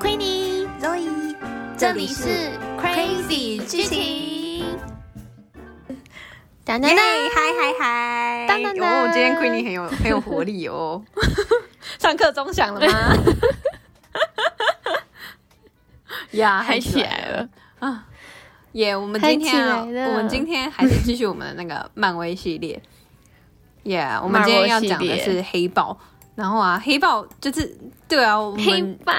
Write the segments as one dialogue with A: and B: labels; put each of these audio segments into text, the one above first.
A: Queenie，
B: Zoe，
A: 这里是 Crazy 剧情。当当
B: 耶！
A: 当！
B: 嗨嗨嗨！
A: 当当当
B: 哦，今天 Queenie 很有 很有活力 哦。
A: 上课钟响了 吗？
B: 呀，
A: 嗨起来了。
B: 耶！我们今天啊，
A: 嗨起来了
B: 我们今天还是继续我们的那个漫威系列。耶！我们今天要讲的是黑豹。然后啊，黑豹就是对啊，我
A: 黑
B: 们
A: 豹，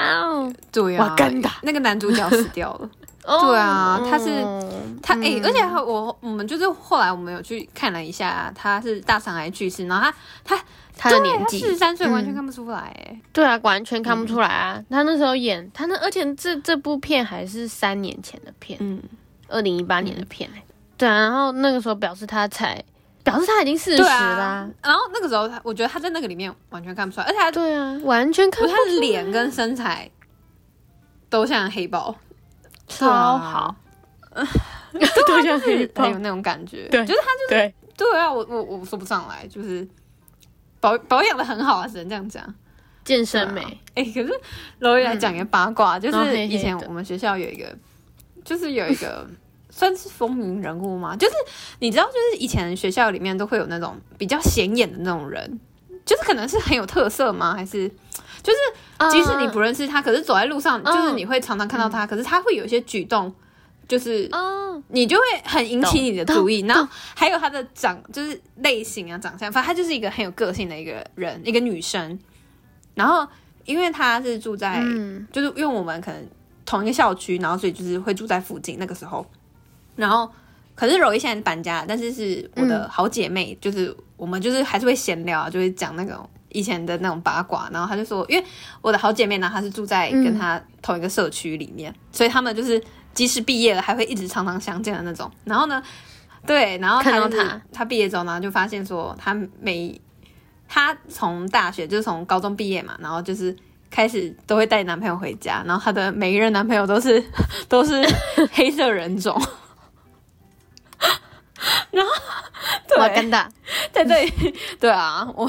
B: 对啊
A: 瓦干达，
B: 那个男主角死掉 了。
A: 哦
B: 对啊他是
A: 嗯
B: 他哎、而且他我我们就是后来我们有去看了一下，他是大肠癌巨星，然后他他
A: 啊他的年纪嗯
B: 四十，三岁完全看不出来哎、
A: 对啊，完全看不出来啊。他那时候演他那，而且这这部片还是三年前的片，
B: 嗯，
A: 二零一八年的片、欸。对啊，然后那个时候表示他才，表示他已经四十
B: 对
A: 啦
B: 啊。。然后那个时候他，我觉得他在那个里面完全看不出来，而且他
A: 对啊，完全看
B: 我
A: 不
B: 觉得他的脸跟身材都像黑豹，
A: 超好， 都像黑豹
B: 很有那种感觉。
A: 对
B: 就是他
A: 对，
B: 对啊，我我我说不上来，就是保保养的很好啊，只能这样讲。
A: 健身
B: 对
A: 美，
B: 哎、可是罗伊来讲一个八卦，就
A: 哦嘿
B: 是
A: 嘿
B: 以前
A: 对
B: 我们学校有一个，就是有一 个算是风云人物嘛，就是你知道，就是以前学校里面都会有那种比较显眼的那种人，就是可能是很有特色吗？还是
A: 啊
B: 即使你不认识他，可是走在路上，就是
A: 嗯
B: 你会常常看到他，可是他会有一些举动，就是
A: 哦，
B: 你就会很引起你的注意。然后
A: 呃懂
B: 还有他的长，就是类型啊、长相，反正他就是一个很有个性的一个人，一个女生。然后因为他是住在，
A: 嗯，
B: 就是因为我们可能同一个校区，然后所以就是会住在附近。那个时候，然后可是柔一现在搬家了，但是是我
A: 嗯
B: 的好姐妹，就是我们就是还是会闲聊啊，就会讲那种以前的那种八卦。然后她就说，因为我的好姐妹呢，她是住在跟
A: 嗯
B: 她同一个社区里面，所以他们就是即使毕业了，还会一直常常相见的那种。然后呢，对，然后她
A: 看到
B: 就是
A: 她
B: 她毕业之后呢，就发现说她每她从大学就是从高中毕业嘛，然后就是。开始都会带男朋友回家，然后她的每一任男朋友都是 都是黑色人种，
A: 瓦
B: 对
A: 干达，
B: 对对 对啊，我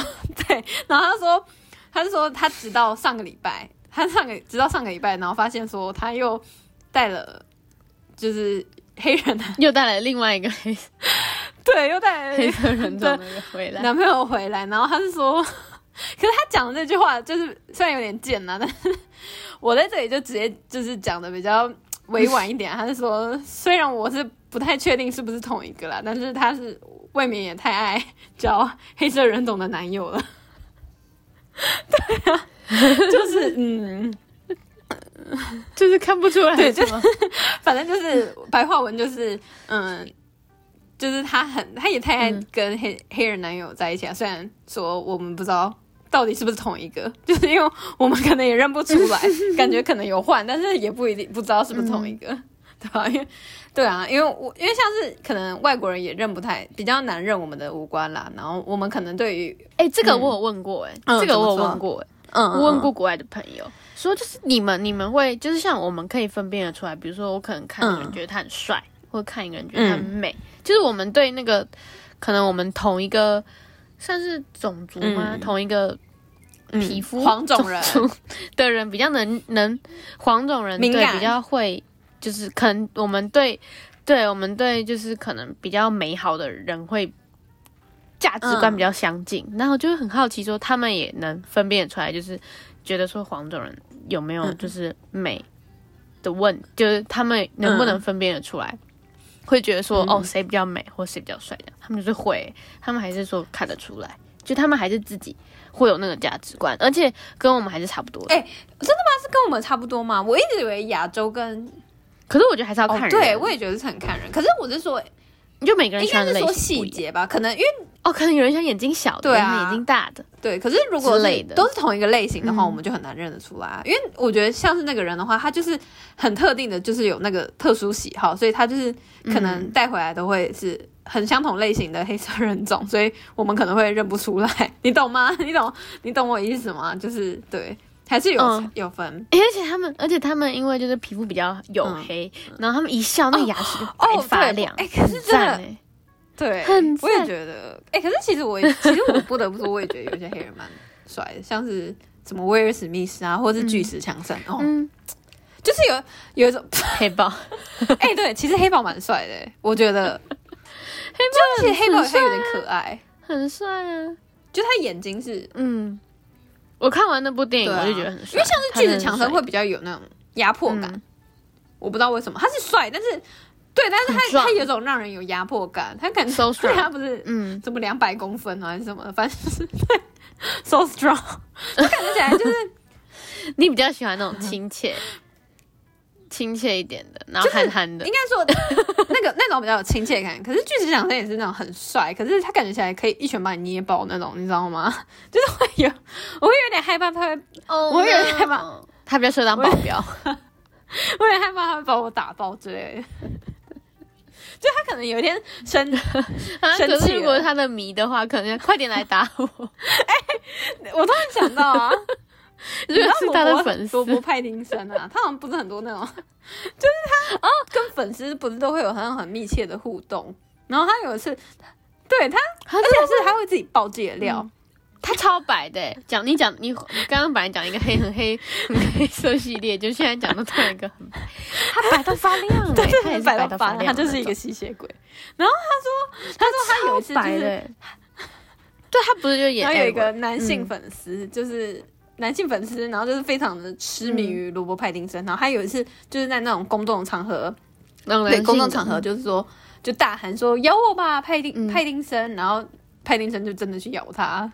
B: 对，然后他说，他就说他直到上个礼拜，他上个直到上个礼拜，然后发现说他又带了就是黑人男，
A: 又带来另外一个黑
B: 对，又带了
A: 黑色人种的人回来，
B: 男朋友回来，然后他是说， 可是他讲的那句话就是虽然有点贱啊啦，但是 我在这里就直接就是讲的比较委婉一点，他是说，虽然我是不太确定是不是同一个啦，但是他是未免也太爱交黑色人种的男友了，对啊，就是嗯，
A: 就是看不出来，
B: 对
A: 什么
B: 反正就是白话文就是嗯。就是他很，他也太爱
A: 嗯
B: 跟黑、黑人男友在一起啊。虽然说我们不知道到底是不是同一个， 就是因为我们可能也认不出 来，感觉可能有换，但是也不一定不知道是不是同一个，
A: 嗯
B: 对吧、因为对啊，因为我因为像是可能外国人也认不太，比较难认我们的五官啦。然后我们可能对于
A: 哎，这个我有问过，哎，
B: 嗯
A: 这个我有
B: 怎么说
A: 问过，哎。
B: 嗯
A: 我问过国外的朋友，说就是你们你们会就是像我们可以分辨得出来，比如说我可能看一个人
B: 嗯
A: 觉得他很帅，或看一个人觉得他很美，就是我们对那个可能我们同一个算是种族吗？
B: 嗯
A: 同一个
B: 嗯
A: 皮肤
B: 黄种人，
A: 族的人比较能能黄种人
B: 敏
A: 对
B: 感
A: 比较会，就是可能我们对对我们对就是可能比较美好的人会价值观
B: 嗯
A: 比较相近，然后就会很好奇说他们也能分辨出来，就是觉得说黄种人有没有
B: 嗯
A: 就是美的问，就是他们能不能
B: 嗯
A: 分辨得出来。会觉得说、哦，谁比较美或谁比较帅的，他们就是会，他们还是说看得出来，就他们还是自己会有那个价值观，而且跟我们还是差不多的。
B: 哎跟我们差不多嘛。我一直以为亚洲跟
A: 可是我觉得还是要
B: 哦
A: 看人，，
B: 对我也觉得是很看人。可是我是说，
A: 你就每个人
B: 应
A: 喜
B: 该
A: 欢的
B: 是
A: 类
B: 说
A: 型不
B: 细
A: 一样。
B: 节吧，可能因为。
A: 哦，可能有人喜欢眼睛小的，
B: 对啊
A: 有人喜欢眼睛大的，
B: 对，可是如
A: 之
B: 果是
A: 类的
B: 都是同一个类型的话，
A: 嗯
B: 我们就很难认得出来啊、因为我觉得像是那个人的话，他就是很特定的，就是有那个特殊喜好，所以他就是可能带回来都会是很相同类型的黑色人种，所以我们可能会认不出来， 你懂吗？你懂你懂我意思吗？就是对，还是有、
A: 嗯
B: 有分
A: 诶而且他们，而且他们因为就是皮肤比较黝
B: 嗯
A: 黑，然后他们一笑，那个牙齿就
B: 哦
A: 白发
B: 对
A: 亮，
B: 哎可是
A: 很
B: 真的
A: 赞哎
B: 对，
A: 很赞
B: 我也觉得，哎、可是其实我也其实我不得不说，我也觉得有些黑人蛮帅的，像是什么威尔史密斯啊，或者是巨石强森、哦，
A: 嗯，
B: 就是有有一种，
A: 黑豹，
B: 哎、对，其实黑豹蛮帅的欸，我觉得，
A: 啊
B: 就其实黑豹他有点可爱，
A: 很帅啊，
B: 就他眼睛是，
A: 嗯，我看完那部电影
B: 对啊
A: 我就觉得很帅，
B: 因为像是巨石强
A: 他真
B: 森
A: 的很帅
B: 会比较有那种压迫感，
A: 嗯
B: 我不知道为什么，他是帅，但是对，但是
A: 很
B: 他
A: 壮
B: 他有种让人有压迫感，他感觉
A: So
B: 对
A: strong
B: 他不是
A: 嗯，
B: 怎么两百公分啊还是什么的，反正就是对，so strong，就感觉起来就是
A: 你比较喜欢那种亲 切、亲切一点的，然后憨憨的
B: 应，该说 那个那种比较有亲切感。可是巨石强森也是那种很帅，可是他感觉起来可以一拳把你捏爆那种，你知道吗？ 就是会有，我会有点害怕他会，
A: 哦
B: 我有点害怕，
A: 他比较适合当啊保 镖，
B: 我有点害怕他会把我打爆之类的。 就他可能有一天生，
A: 啊，
B: 生
A: 可
B: 气
A: 是如果
B: 了
A: 他的迷的话，可能快点来打我，
B: 我突然想到啊，
A: 如果 是他
B: 你知道罗伯
A: 的粉丝
B: 罗，伯派丁森啊，他好像不是很多那种， 就是他哦，跟粉丝不是都会有很很密切的互动。然后他有一次，对他，而且是他会自己爆自己的料，
A: 他超白的欸，讲你讲你你刚刚本来讲一个黑很黑 很黑色系列，就现在讲到他一个很白，他白到发亮 欸，
B: 对，
A: 他也是
B: 白
A: 到
B: 发
A: 发
B: 亮，
A: 亮，
B: 他就是一个，吸血鬼。然后他说，他说他有一次
A: 白的
B: 就是，
A: 欸。对他不是就演
B: 他有一
A: Edward
B: 个男
A: 嗯
B: 性粉丝，就是男性粉丝，然后就是非常的痴
A: 嗯
B: 迷于罗伯派丁森。然后他有一次就是在那种公众场合，
A: 让人
B: 对
A: 性
B: 公众
A: 的
B: 场合，就是说，就大喊说咬我吧，派丁
A: 嗯
B: 派丁森。然后派丁森就真的去咬他，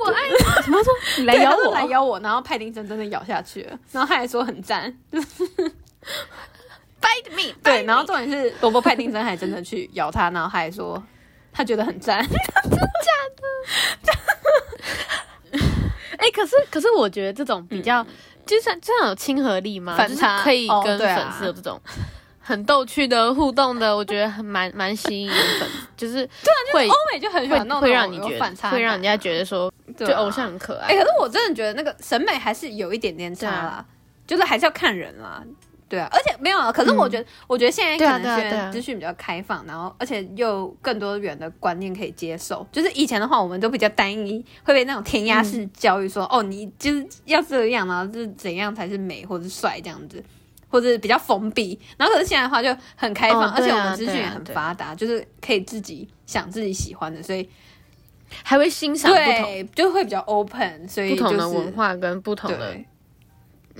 A: 我爱你， 什么说你来
B: 对
A: 咬
B: 他说
A: 我，
B: 来咬我。然后派丁森真的咬下去了，然后他还说很赞，
A: bite me，
B: 对，然后重点是罗伯派丁森还真的去咬他，然后还说他觉得很赞。
A: 哎、可是可是我觉得这种比较，就算这样有亲和力嘛，
B: 反
A: 就是
B: 差
A: 可以
B: 哦
A: 跟
B: 对啊
A: 粉丝有这种很逗趣的互动的，我觉得很蛮蛮吸引粉丝，啊就是哦会
B: 欧美就很喜欢弄
A: 会会
B: 那种
A: 让你
B: 有
A: 觉
B: 反差
A: 得
B: 感，
A: 会让人家觉得说，
B: 对
A: 就
B: 啊
A: 偶像。很可
B: 哎、
A: 爱。
B: 可是我真的觉得那个审美还是有一点点差
A: 啊
B: 啦，就是还是要看人啦。对啊，而且没有啊。可是我觉得，我觉得现在
A: 对啊
B: 可
A: 嗯
B: 能
A: 对啊对啊
B: 是资讯比较开放，然后而且又更多元的观念可以接受。就是以前的话，我们都比较单一，会被那种填鸭
A: 嗯
B: 式教育说，哦，你就是要这样，然后就是怎样才是美或者帅这样子，或者比较封闭。然后可是现在的话就很开放，
A: 哦
B: 而且
A: 对啊
B: 我们资讯
A: 对啊
B: 也很
A: 对啊
B: 发达，就是可以自己想自己喜欢的，所以
A: 还会欣赏不同
B: 对，就会比较 open，所以
A: 不
B: 就
A: 同
B: 是
A: 的文化跟不同的嗯
B: 对，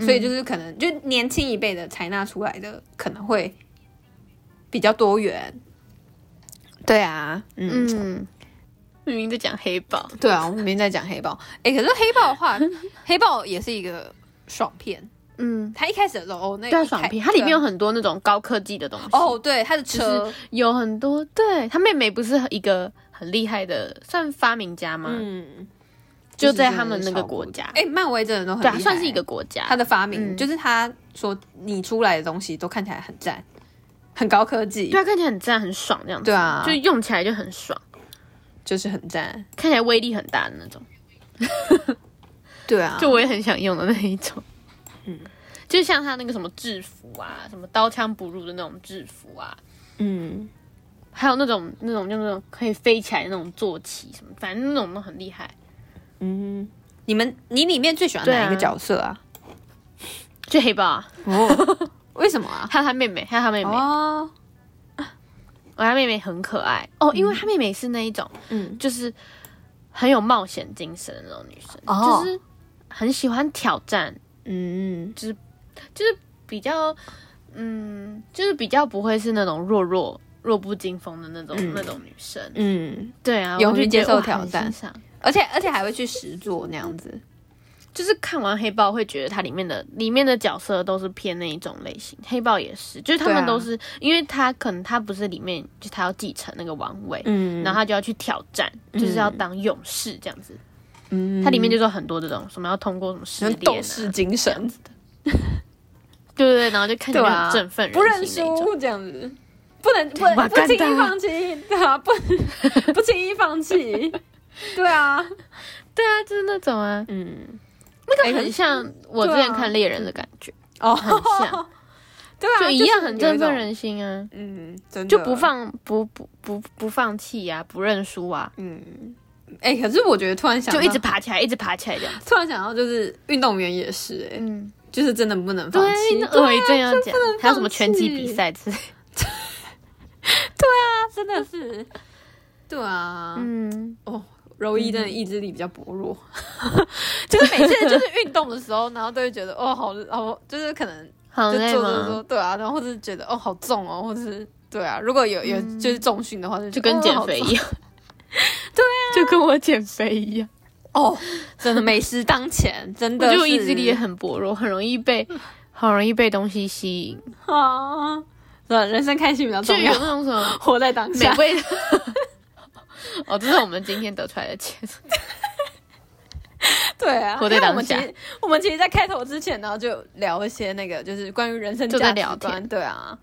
B: 所以就是可能就年轻一辈的采纳出来的可能会比较多元。对啊，嗯，
A: 嗯。明明在讲黑豹，
B: 对啊，我们明天在讲黑豹，哎、可是黑豹的 话，黑豹也是一个爽片。
A: 嗯，
B: 它一开始的时候，哦，那
A: 对啊，
B: 一开
A: 爽片，它里面有
B: 对啊
A: 很多那种高科技的东西，
B: 哦，对，它的车，
A: 有很多。对他妹妹不是一个很厉害的，算发明家吗？
B: 嗯，
A: 就在他们那个国家
B: 哎、漫威真的都很
A: 对、
B: 厉害、
A: 啊，算是一个国家。
B: 他的发明，
A: 嗯
B: 就是他说你出来的东西都看起来很赞，很高科技，
A: 对啊，看起来很赞，很爽这样子。
B: 对啊
A: 就用起来就很爽，
B: 就是很赞，
A: 看起来威力很大的那种。
B: 对啊，
A: 就我也很想用的那一种。嗯，就像他那个什么制服啊，什么刀枪不入的那种制服啊，
B: 嗯，
A: 还有那种那种就那种可以飞起来的那种坐骑什么，反正那种都很厉害。
B: 你们你里面最喜欢哪一个
A: 对啊
B: 角色啊？
A: 就黑豹、啊，
B: 哦， 为什么啊？
A: 还有他妹妹，还有他妹妹，哦、
B: 哦，
A: 他妹妹很可爱哦，因为他妹妹是那一种，
B: 嗯，
A: 就是很有冒险精神的那种女生，
B: 哦
A: 就是很喜欢挑战，
B: 嗯，
A: 比较，嗯，就是比较不会是那种弱弱弱不禁风的那种、
B: 嗯
A: 那种女生。
B: 嗯，
A: 对啊，
B: 勇于
A: 我就觉得
B: 接受
A: 哇
B: 挑
A: 很
B: 战
A: 欣赏
B: 而且而且还会去实做那样子，
A: 就是看完黑豹会觉得它里面的里面的角色都是偏那一种类型，黑豹也是，就是他
B: 对
A: 们
B: 啊
A: 都是，因为他可能他不是里面就他要继承那个王位，
B: 嗯
A: 然后他就要去挑战，就是要当勇士这样子。嗯，它里面就是有很多这种什么要通过什么试
B: 那
A: 炼、
B: 种
A: 啊、
B: 斗士精神，
A: 对对对，然后就看起
B: 对
A: 来
B: 啊
A: 很振奋
B: 不认
A: 人心那一种。
B: 输这样子。不能不
A: 瓦
B: 能不
A: 干达
B: 轻易放弃，对啊，不不轻易放弃，对啊，
A: 对啊，就是那种啊，
B: 嗯，
A: 那个
B: 哎可
A: 很
B: 是
A: 像我之
B: 对啊
A: 前看猎人的感 觉，
B: 哦，
A: 很像，
B: 对啊，
A: 就一样很
B: 就是
A: 振
B: 有一种
A: 奋人心啊，
B: 嗯，真的
A: 就不，放不不不不放弃啊，不认输啊，
B: 嗯，哎、可是我觉得突然想到，
A: 就一直爬起来，一直爬起来这样。
B: 突然想到，就是运动员也是、哎、
A: 嗯，
B: 就是真的不能放
A: 对
B: 弃。，啊
A: 那我一定要讲，还有什么
B: 放
A: 拳击
B: 弃
A: 比赛之类的。
B: 真的是，对啊，
A: 嗯，
B: 柔一真的意志力比较薄弱， 就是每次就是运动的时候，然后都会觉得哦，好好，就是可能
A: 好
B: 就
A: 累
B: 做做
A: 吗？
B: 做，对啊，然后或者觉得哦好重哦，或者是对啊，如果有有就是重训的话，就哦
A: 就
B: 就
A: 跟减肥一样。对啊，就跟我减肥一样。
B: 哦，真的美食当前，真
A: 我
B: 的
A: 觉
B: 是
A: 得我意志力也很薄弱，很容易被 很容易被东西吸引。
B: 啊，对，人生开心比较
A: 就
B: 重
A: 有
B: 要，
A: 那种什 么
B: 活在当
A: 美
B: 下。
A: 味的。哦，这是我们今天得出来的结论。
B: 对啊，
A: 活在
B: 因为我
A: 当
B: 们其
A: 下
B: 实我们其实，在开头之前，然后就聊一些那个，就是关于人生
A: 就在
B: 价
A: 聊
B: 值观。
A: 天嗯
B: 对啊，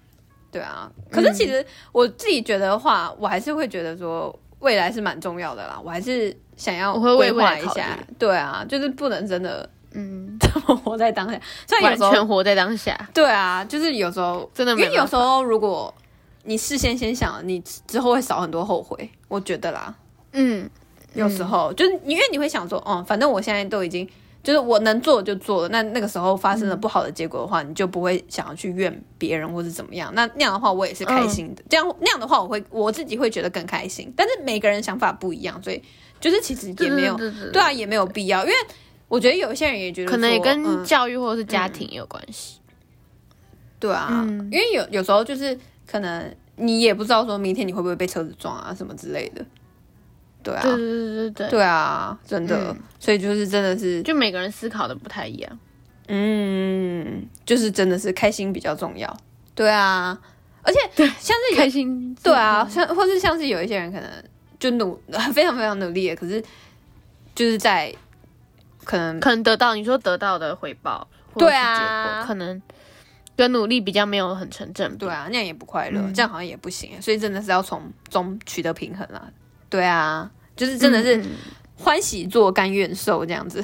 B: 对啊。可是其实我自己觉得的话，我还是会觉得说，未来是蛮重要的啦。我还是想要
A: 我会为
B: 规
A: 未
B: 划
A: 来
B: 一
A: 考
B: 下
A: 虑。
B: 对啊，就是不能真的
A: 嗯，
B: 这么活在当下。虽然
A: 完
B: 有时候，
A: 全活在当下，
B: 对啊，就是有时候，
A: 真的
B: 因
A: 没
B: 为有
A: 办法。
B: 时候如果你事先先想了，你之后会少很多后悔。我觉得啦。
A: 嗯，
B: 有时候、就是因为你会想说，哦、反正我现在都已经就是我能做的就做了，那那个时候发
A: 嗯
B: 生了不好的结果的话，你就不会想要去怨别人或是怎么样。那那样的话，我也是
A: 嗯
B: 开心的。这样那样的话，我会我自己会觉得更开心。但是每个人想法不一样，所以就是其实也没有
A: 对对对
B: 对啊，也没有必要，因为我觉得有一些人也觉得
A: 可能也
B: 说
A: 跟
B: 嗯
A: 教育或者是家庭也有关系。
B: 对啊，
A: 嗯
B: 因为有有时候就是可能你也不知道说明天你会不会被车子撞啊什么之类的。对啊，
A: 对对对对对，
B: 对啊，真的，
A: 嗯
B: 所以就是真的是
A: 就每个人思考的不太一样。
B: 嗯，就是真的是开心比较重要。对啊，而且像是有
A: 开心，
B: 对啊，像或是像是有一些人可能就努非常非常努力，可是就是在可能
A: 可能得到你说得到的回报，或者
B: 对
A: 是
B: 啊
A: 结果可能跟努力比较没有很成正比。
B: 对啊，那样也不快乐，这样好像也不行，所以真的是要从中取得平衡啦。对啊，就是真的是
A: 嗯嗯
B: 欢喜做，甘愿受这样 子。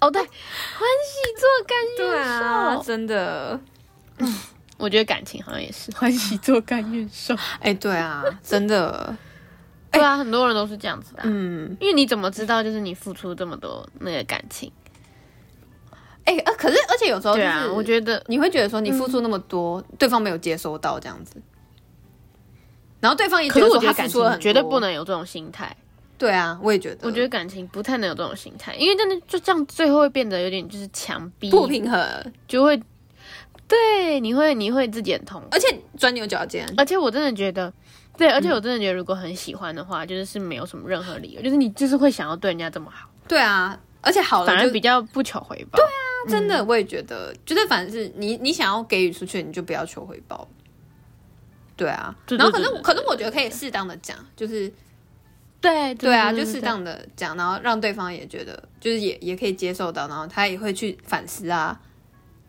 A: 哦，对，欢喜做甘愿受。
B: 对啊，真的，
A: 我觉得感情好像也是欢喜做甘愿受。
B: 哎、对啊，真的，
A: 对啊，很多人都是这样子的啊、
B: 嗯。
A: 因为你怎么知道就是你付出这么多那个感情？
B: 哎、呃，可是而且有时候就
A: 对
B: 是，
A: 啊，我觉得
B: 你会觉得说你付出那么多，
A: 嗯
B: 对方没有接收到这样子，然后对方也
A: 可
B: 觉
A: 是
B: 得
A: 我
B: 说
A: 觉得
B: 他
A: 感
B: 付出了
A: 情
B: 很
A: 绝对不
B: 多。
A: 能有这种心态。
B: 对啊，我也觉得，
A: 我觉得感情不太能有这种心态，因为真的就这样，最后会变得有点就是强逼，
B: 不平衡，
A: 就会对你会你会自己很痛苦。
B: 而且钻牛角尖。
A: 而且我真的觉得，对，
B: 嗯
A: 而且我真的觉得，如果很喜欢的话，就是是没有什么任何理由，就是你就是会想要对人家这么好，
B: 对啊，而且好
A: 反
B: 了
A: 而
B: 就
A: 比较不求回报。对啊，
B: 真的，我也觉得，就是反正是你你想要给予出去，你就不要求回报。对啊，
A: 对对
B: 然后可
A: 对
B: 是
A: 对
B: 可是我觉得可以适当的讲，就是
A: 对
B: 对啊，就适当的讲，然后让对方也觉得，就是也也可以接受到，然后他也会去反思啊。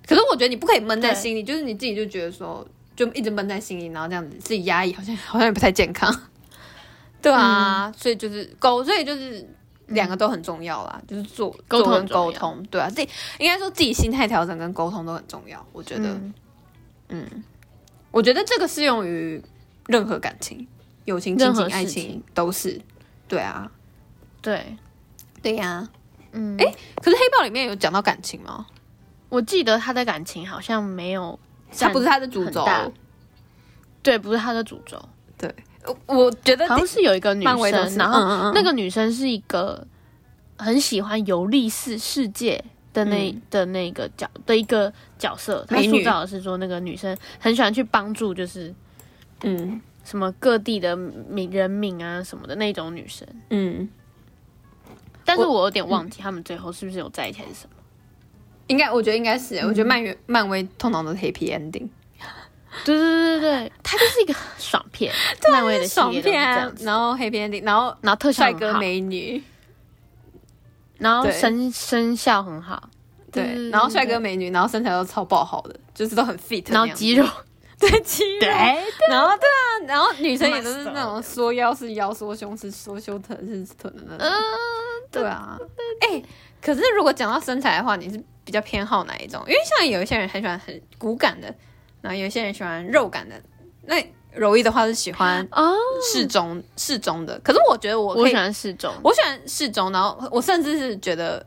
B: 可是我觉得你不可以闷在
A: 对
B: 心里，就是你自己就觉得说，就一直闷在心里，然后这样子自己压抑，好像好像也不太健康。 对啊，所以就是沟，所以就是两个都很重要啦，就是做
A: 沟通
B: 做
A: 很
B: 跟嗯沟
A: 重要
B: 通，对啊，自己应该说自己心态调整跟沟通都很重要。我觉得，
A: 嗯
B: 我觉得这个适用于任何感情，友情、亲
A: 任
B: 情、
A: 何
B: 爱
A: 事
B: 情
A: 情
B: 都是。对啊，
A: 对，
B: 对啊呀、
A: 嗯，哎、
B: 诶可是黑豹里面有讲到感情吗？
A: 我记得他的感情好像没有占，
B: 它不是他的主轴
A: 很，大对，不是他的主轴，
B: 我我觉得
A: 好像是有一个女
B: 漫威都
A: 生，
B: 是
A: 然后
B: 嗯嗯嗯
A: 那个女生是一个很喜欢游历世世界的那、的那个角的一个角色，她
B: 美女
A: 塑造的是说那个女生很喜欢去帮助，就是
B: 嗯
A: 什么各地的民人民啊什么的那种女生。
B: 嗯，
A: 但是我有点忘记他们最后是不是有在一起还是什么。
B: 应该我觉得应该是，
A: 嗯
B: 我觉得漫威漫威通常都是 happy ending，
A: 对对对对对，她就是一个爽 片，漫威的系
B: 爽
A: 列嗯都是这
B: 片啊
A: 样，子。
B: 然后 happy ending，然后
A: 然后特效
B: 帅
A: 很
B: 哥
A: 好，
B: 美女，
A: 然后
B: 对
A: 声声效很好，对
B: 对，
A: 对
B: 然后
A: 对
B: 帅
A: 对
B: 哥美女，然后身材都超爆好的，就是都很 fit，
A: 然后
B: 那样
A: 肌肉，
B: 对肌肉，
A: 对，
B: 然后对啊，然后女生也都是那种缩腰是腰，缩胸是缩，胸臀是臀的那种，对啊，哎、可是如果讲到身材的话，你是比较偏好哪一种？因为像有一些人很喜欢很骨感的，然后有一些人喜欢肉感的。那柔一的话是喜欢
A: 哦，
B: 适中适中的，可是我觉得我
A: 我
B: 可以
A: 喜，欢适中，
B: 我喜欢适中，然后我甚至是觉得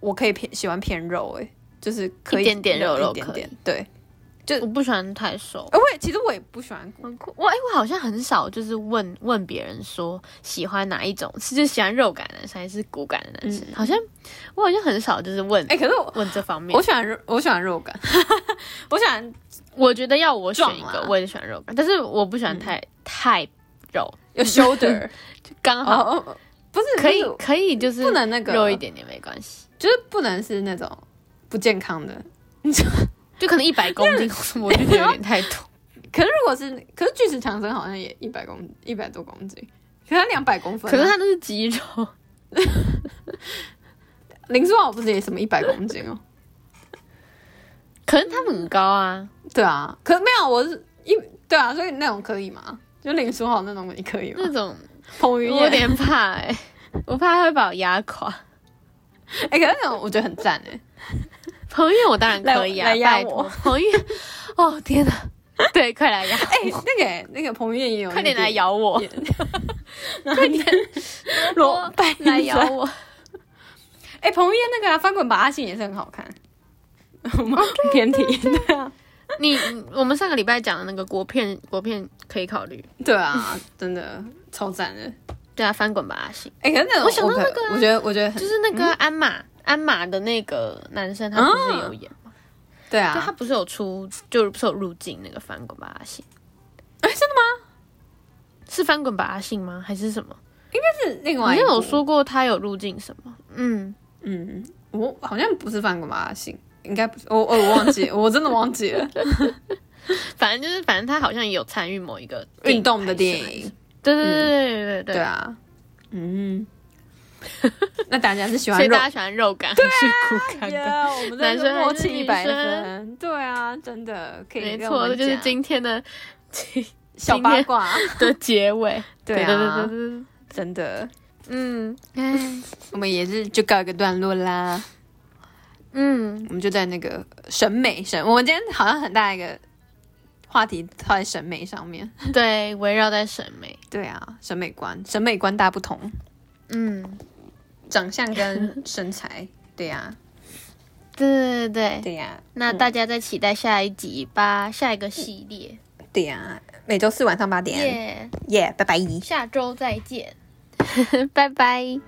B: 我可以偏喜欢偏肉、欸，就是可以
A: 一点点肉肉
B: 一点
A: 可以
B: 点，对。
A: 我不喜欢太瘦。
B: 呃我也其实我也不喜欢，
A: 很酷，我哎、我好像很少就是问问别人说喜欢哪一种，是就喜欢肉感的男生还是骨感的男生？好像我好像很少就是问、
B: 嗯哎、可是我
A: 问这方面
B: 我。喜欢肉，我喜欢肉感， 我喜欢
A: 我觉得要我选一
B: 壮啦
A: 个，我也喜欢肉感，但是我不喜
B: 嗯
A: 欢太、太柔，
B: 有 shoulder，
A: 刚好
B: 哦，哦不是
A: 嗯可以、
B: 不是
A: 可以就是
B: 不能那个
A: 肉一，点点没关系，
B: 就是不能是那种不健康的。
A: 就可能一百公 斤，我就觉得有点太多。
B: 可是如果是，可是巨石强森好像也一百公一百多公斤，可是他两百公分
A: 可
B: 啊、
A: 是它都是肌肉，
B: 林书豪不是也什么一百公斤哦？
A: 可是他们很高啊，
B: 对啊，可是没有，我是一对啊，所以那种可以吗？就林书豪那种你可以吗
A: 那？种
B: 彭
A: 嗯我
B: 于
A: 有
B: 晏
A: 点怕哎、我怕他会把我压垮。
B: 哎、可是那种我觉得很赞哎、
A: 彭于晏我当然可以啊，
B: 来来压
A: 拜
B: 我
A: 托彭于晏，哦天哪， 对，快 来压，
B: 哎、那个、欸、那个彭于晏也有、
A: 快点来， 咬我，
B: 快 点
A: 罗
B: 拜
A: 来 咬我，
B: 哎、彭于晏那个、啊、翻滚吧阿信也是很好看。我们偏题，对啊，
A: 你我们上个礼拜讲的那个国片，国片可以考虑，
B: 对啊，真的超赞的。
A: 对啊，翻滚吧阿信，
B: 哎、可是那种
A: 我想到
B: 可
A: 那个啊
B: 我觉得我觉得
A: 就
B: 很
A: 是那个啊鞍马，鞍马的那个男生他不是有演吗？
B: 啊对
A: 就他
B: 啊，
A: 不是有出，就是不是有入境那个翻滚吧阿信？
B: 哎、真的吗？
A: 是翻滚吧阿信吗？还是什么？
B: 是另
A: 好
B: 外
A: 像
B: 一部
A: 有说过他有入境什么？嗯，
B: 嗯，我好像不是翻滚吧阿信，应该不是，我我我忘记，我真的忘记 了
A: 反正就是反正他好像也有参与某一个电影
B: 运动的
A: 拍摄
B: 电影，
A: 对对对对对对
B: 嗯对啊，嗯， 那大家是喜
A: 所
B: 欢
A: 以
B: 肉啊
A: 大家喜欢肉感还是骨感的？
B: 呀？我们
A: 男
B: 真的
A: 生还
B: 默
A: 是
B: 契一
A: 女
B: 百
A: 生
B: 分，对啊，真的可以
A: 没
B: 跟我
A: 错，这
B: 们
A: 就是
B: 讲
A: 今天的
B: 小
A: 今
B: 八
A: 天
B: 卦，
A: 的结尾。
B: 对
A: 对
B: 啊
A: 对对对，
B: 真的，
A: 嗯哎
B: 我们也是就告一个段落啦。
A: 嗯，
B: 我们就在那个审美审，我们今天好像很大一个话题套在审美上面。
A: 对，围绕在审美，
B: 对啊，审美观，审美观大不同，
A: 嗯，
B: 长相跟身材。对啊呀、
A: 对对对对。
B: 对啊嗯呀、
A: 那大家再期待下一集吧，下一个系列，
B: 对呀、每周四晚上八点，
A: 耶、
B: 耶，拜拜。
A: 下周再见，拜拜。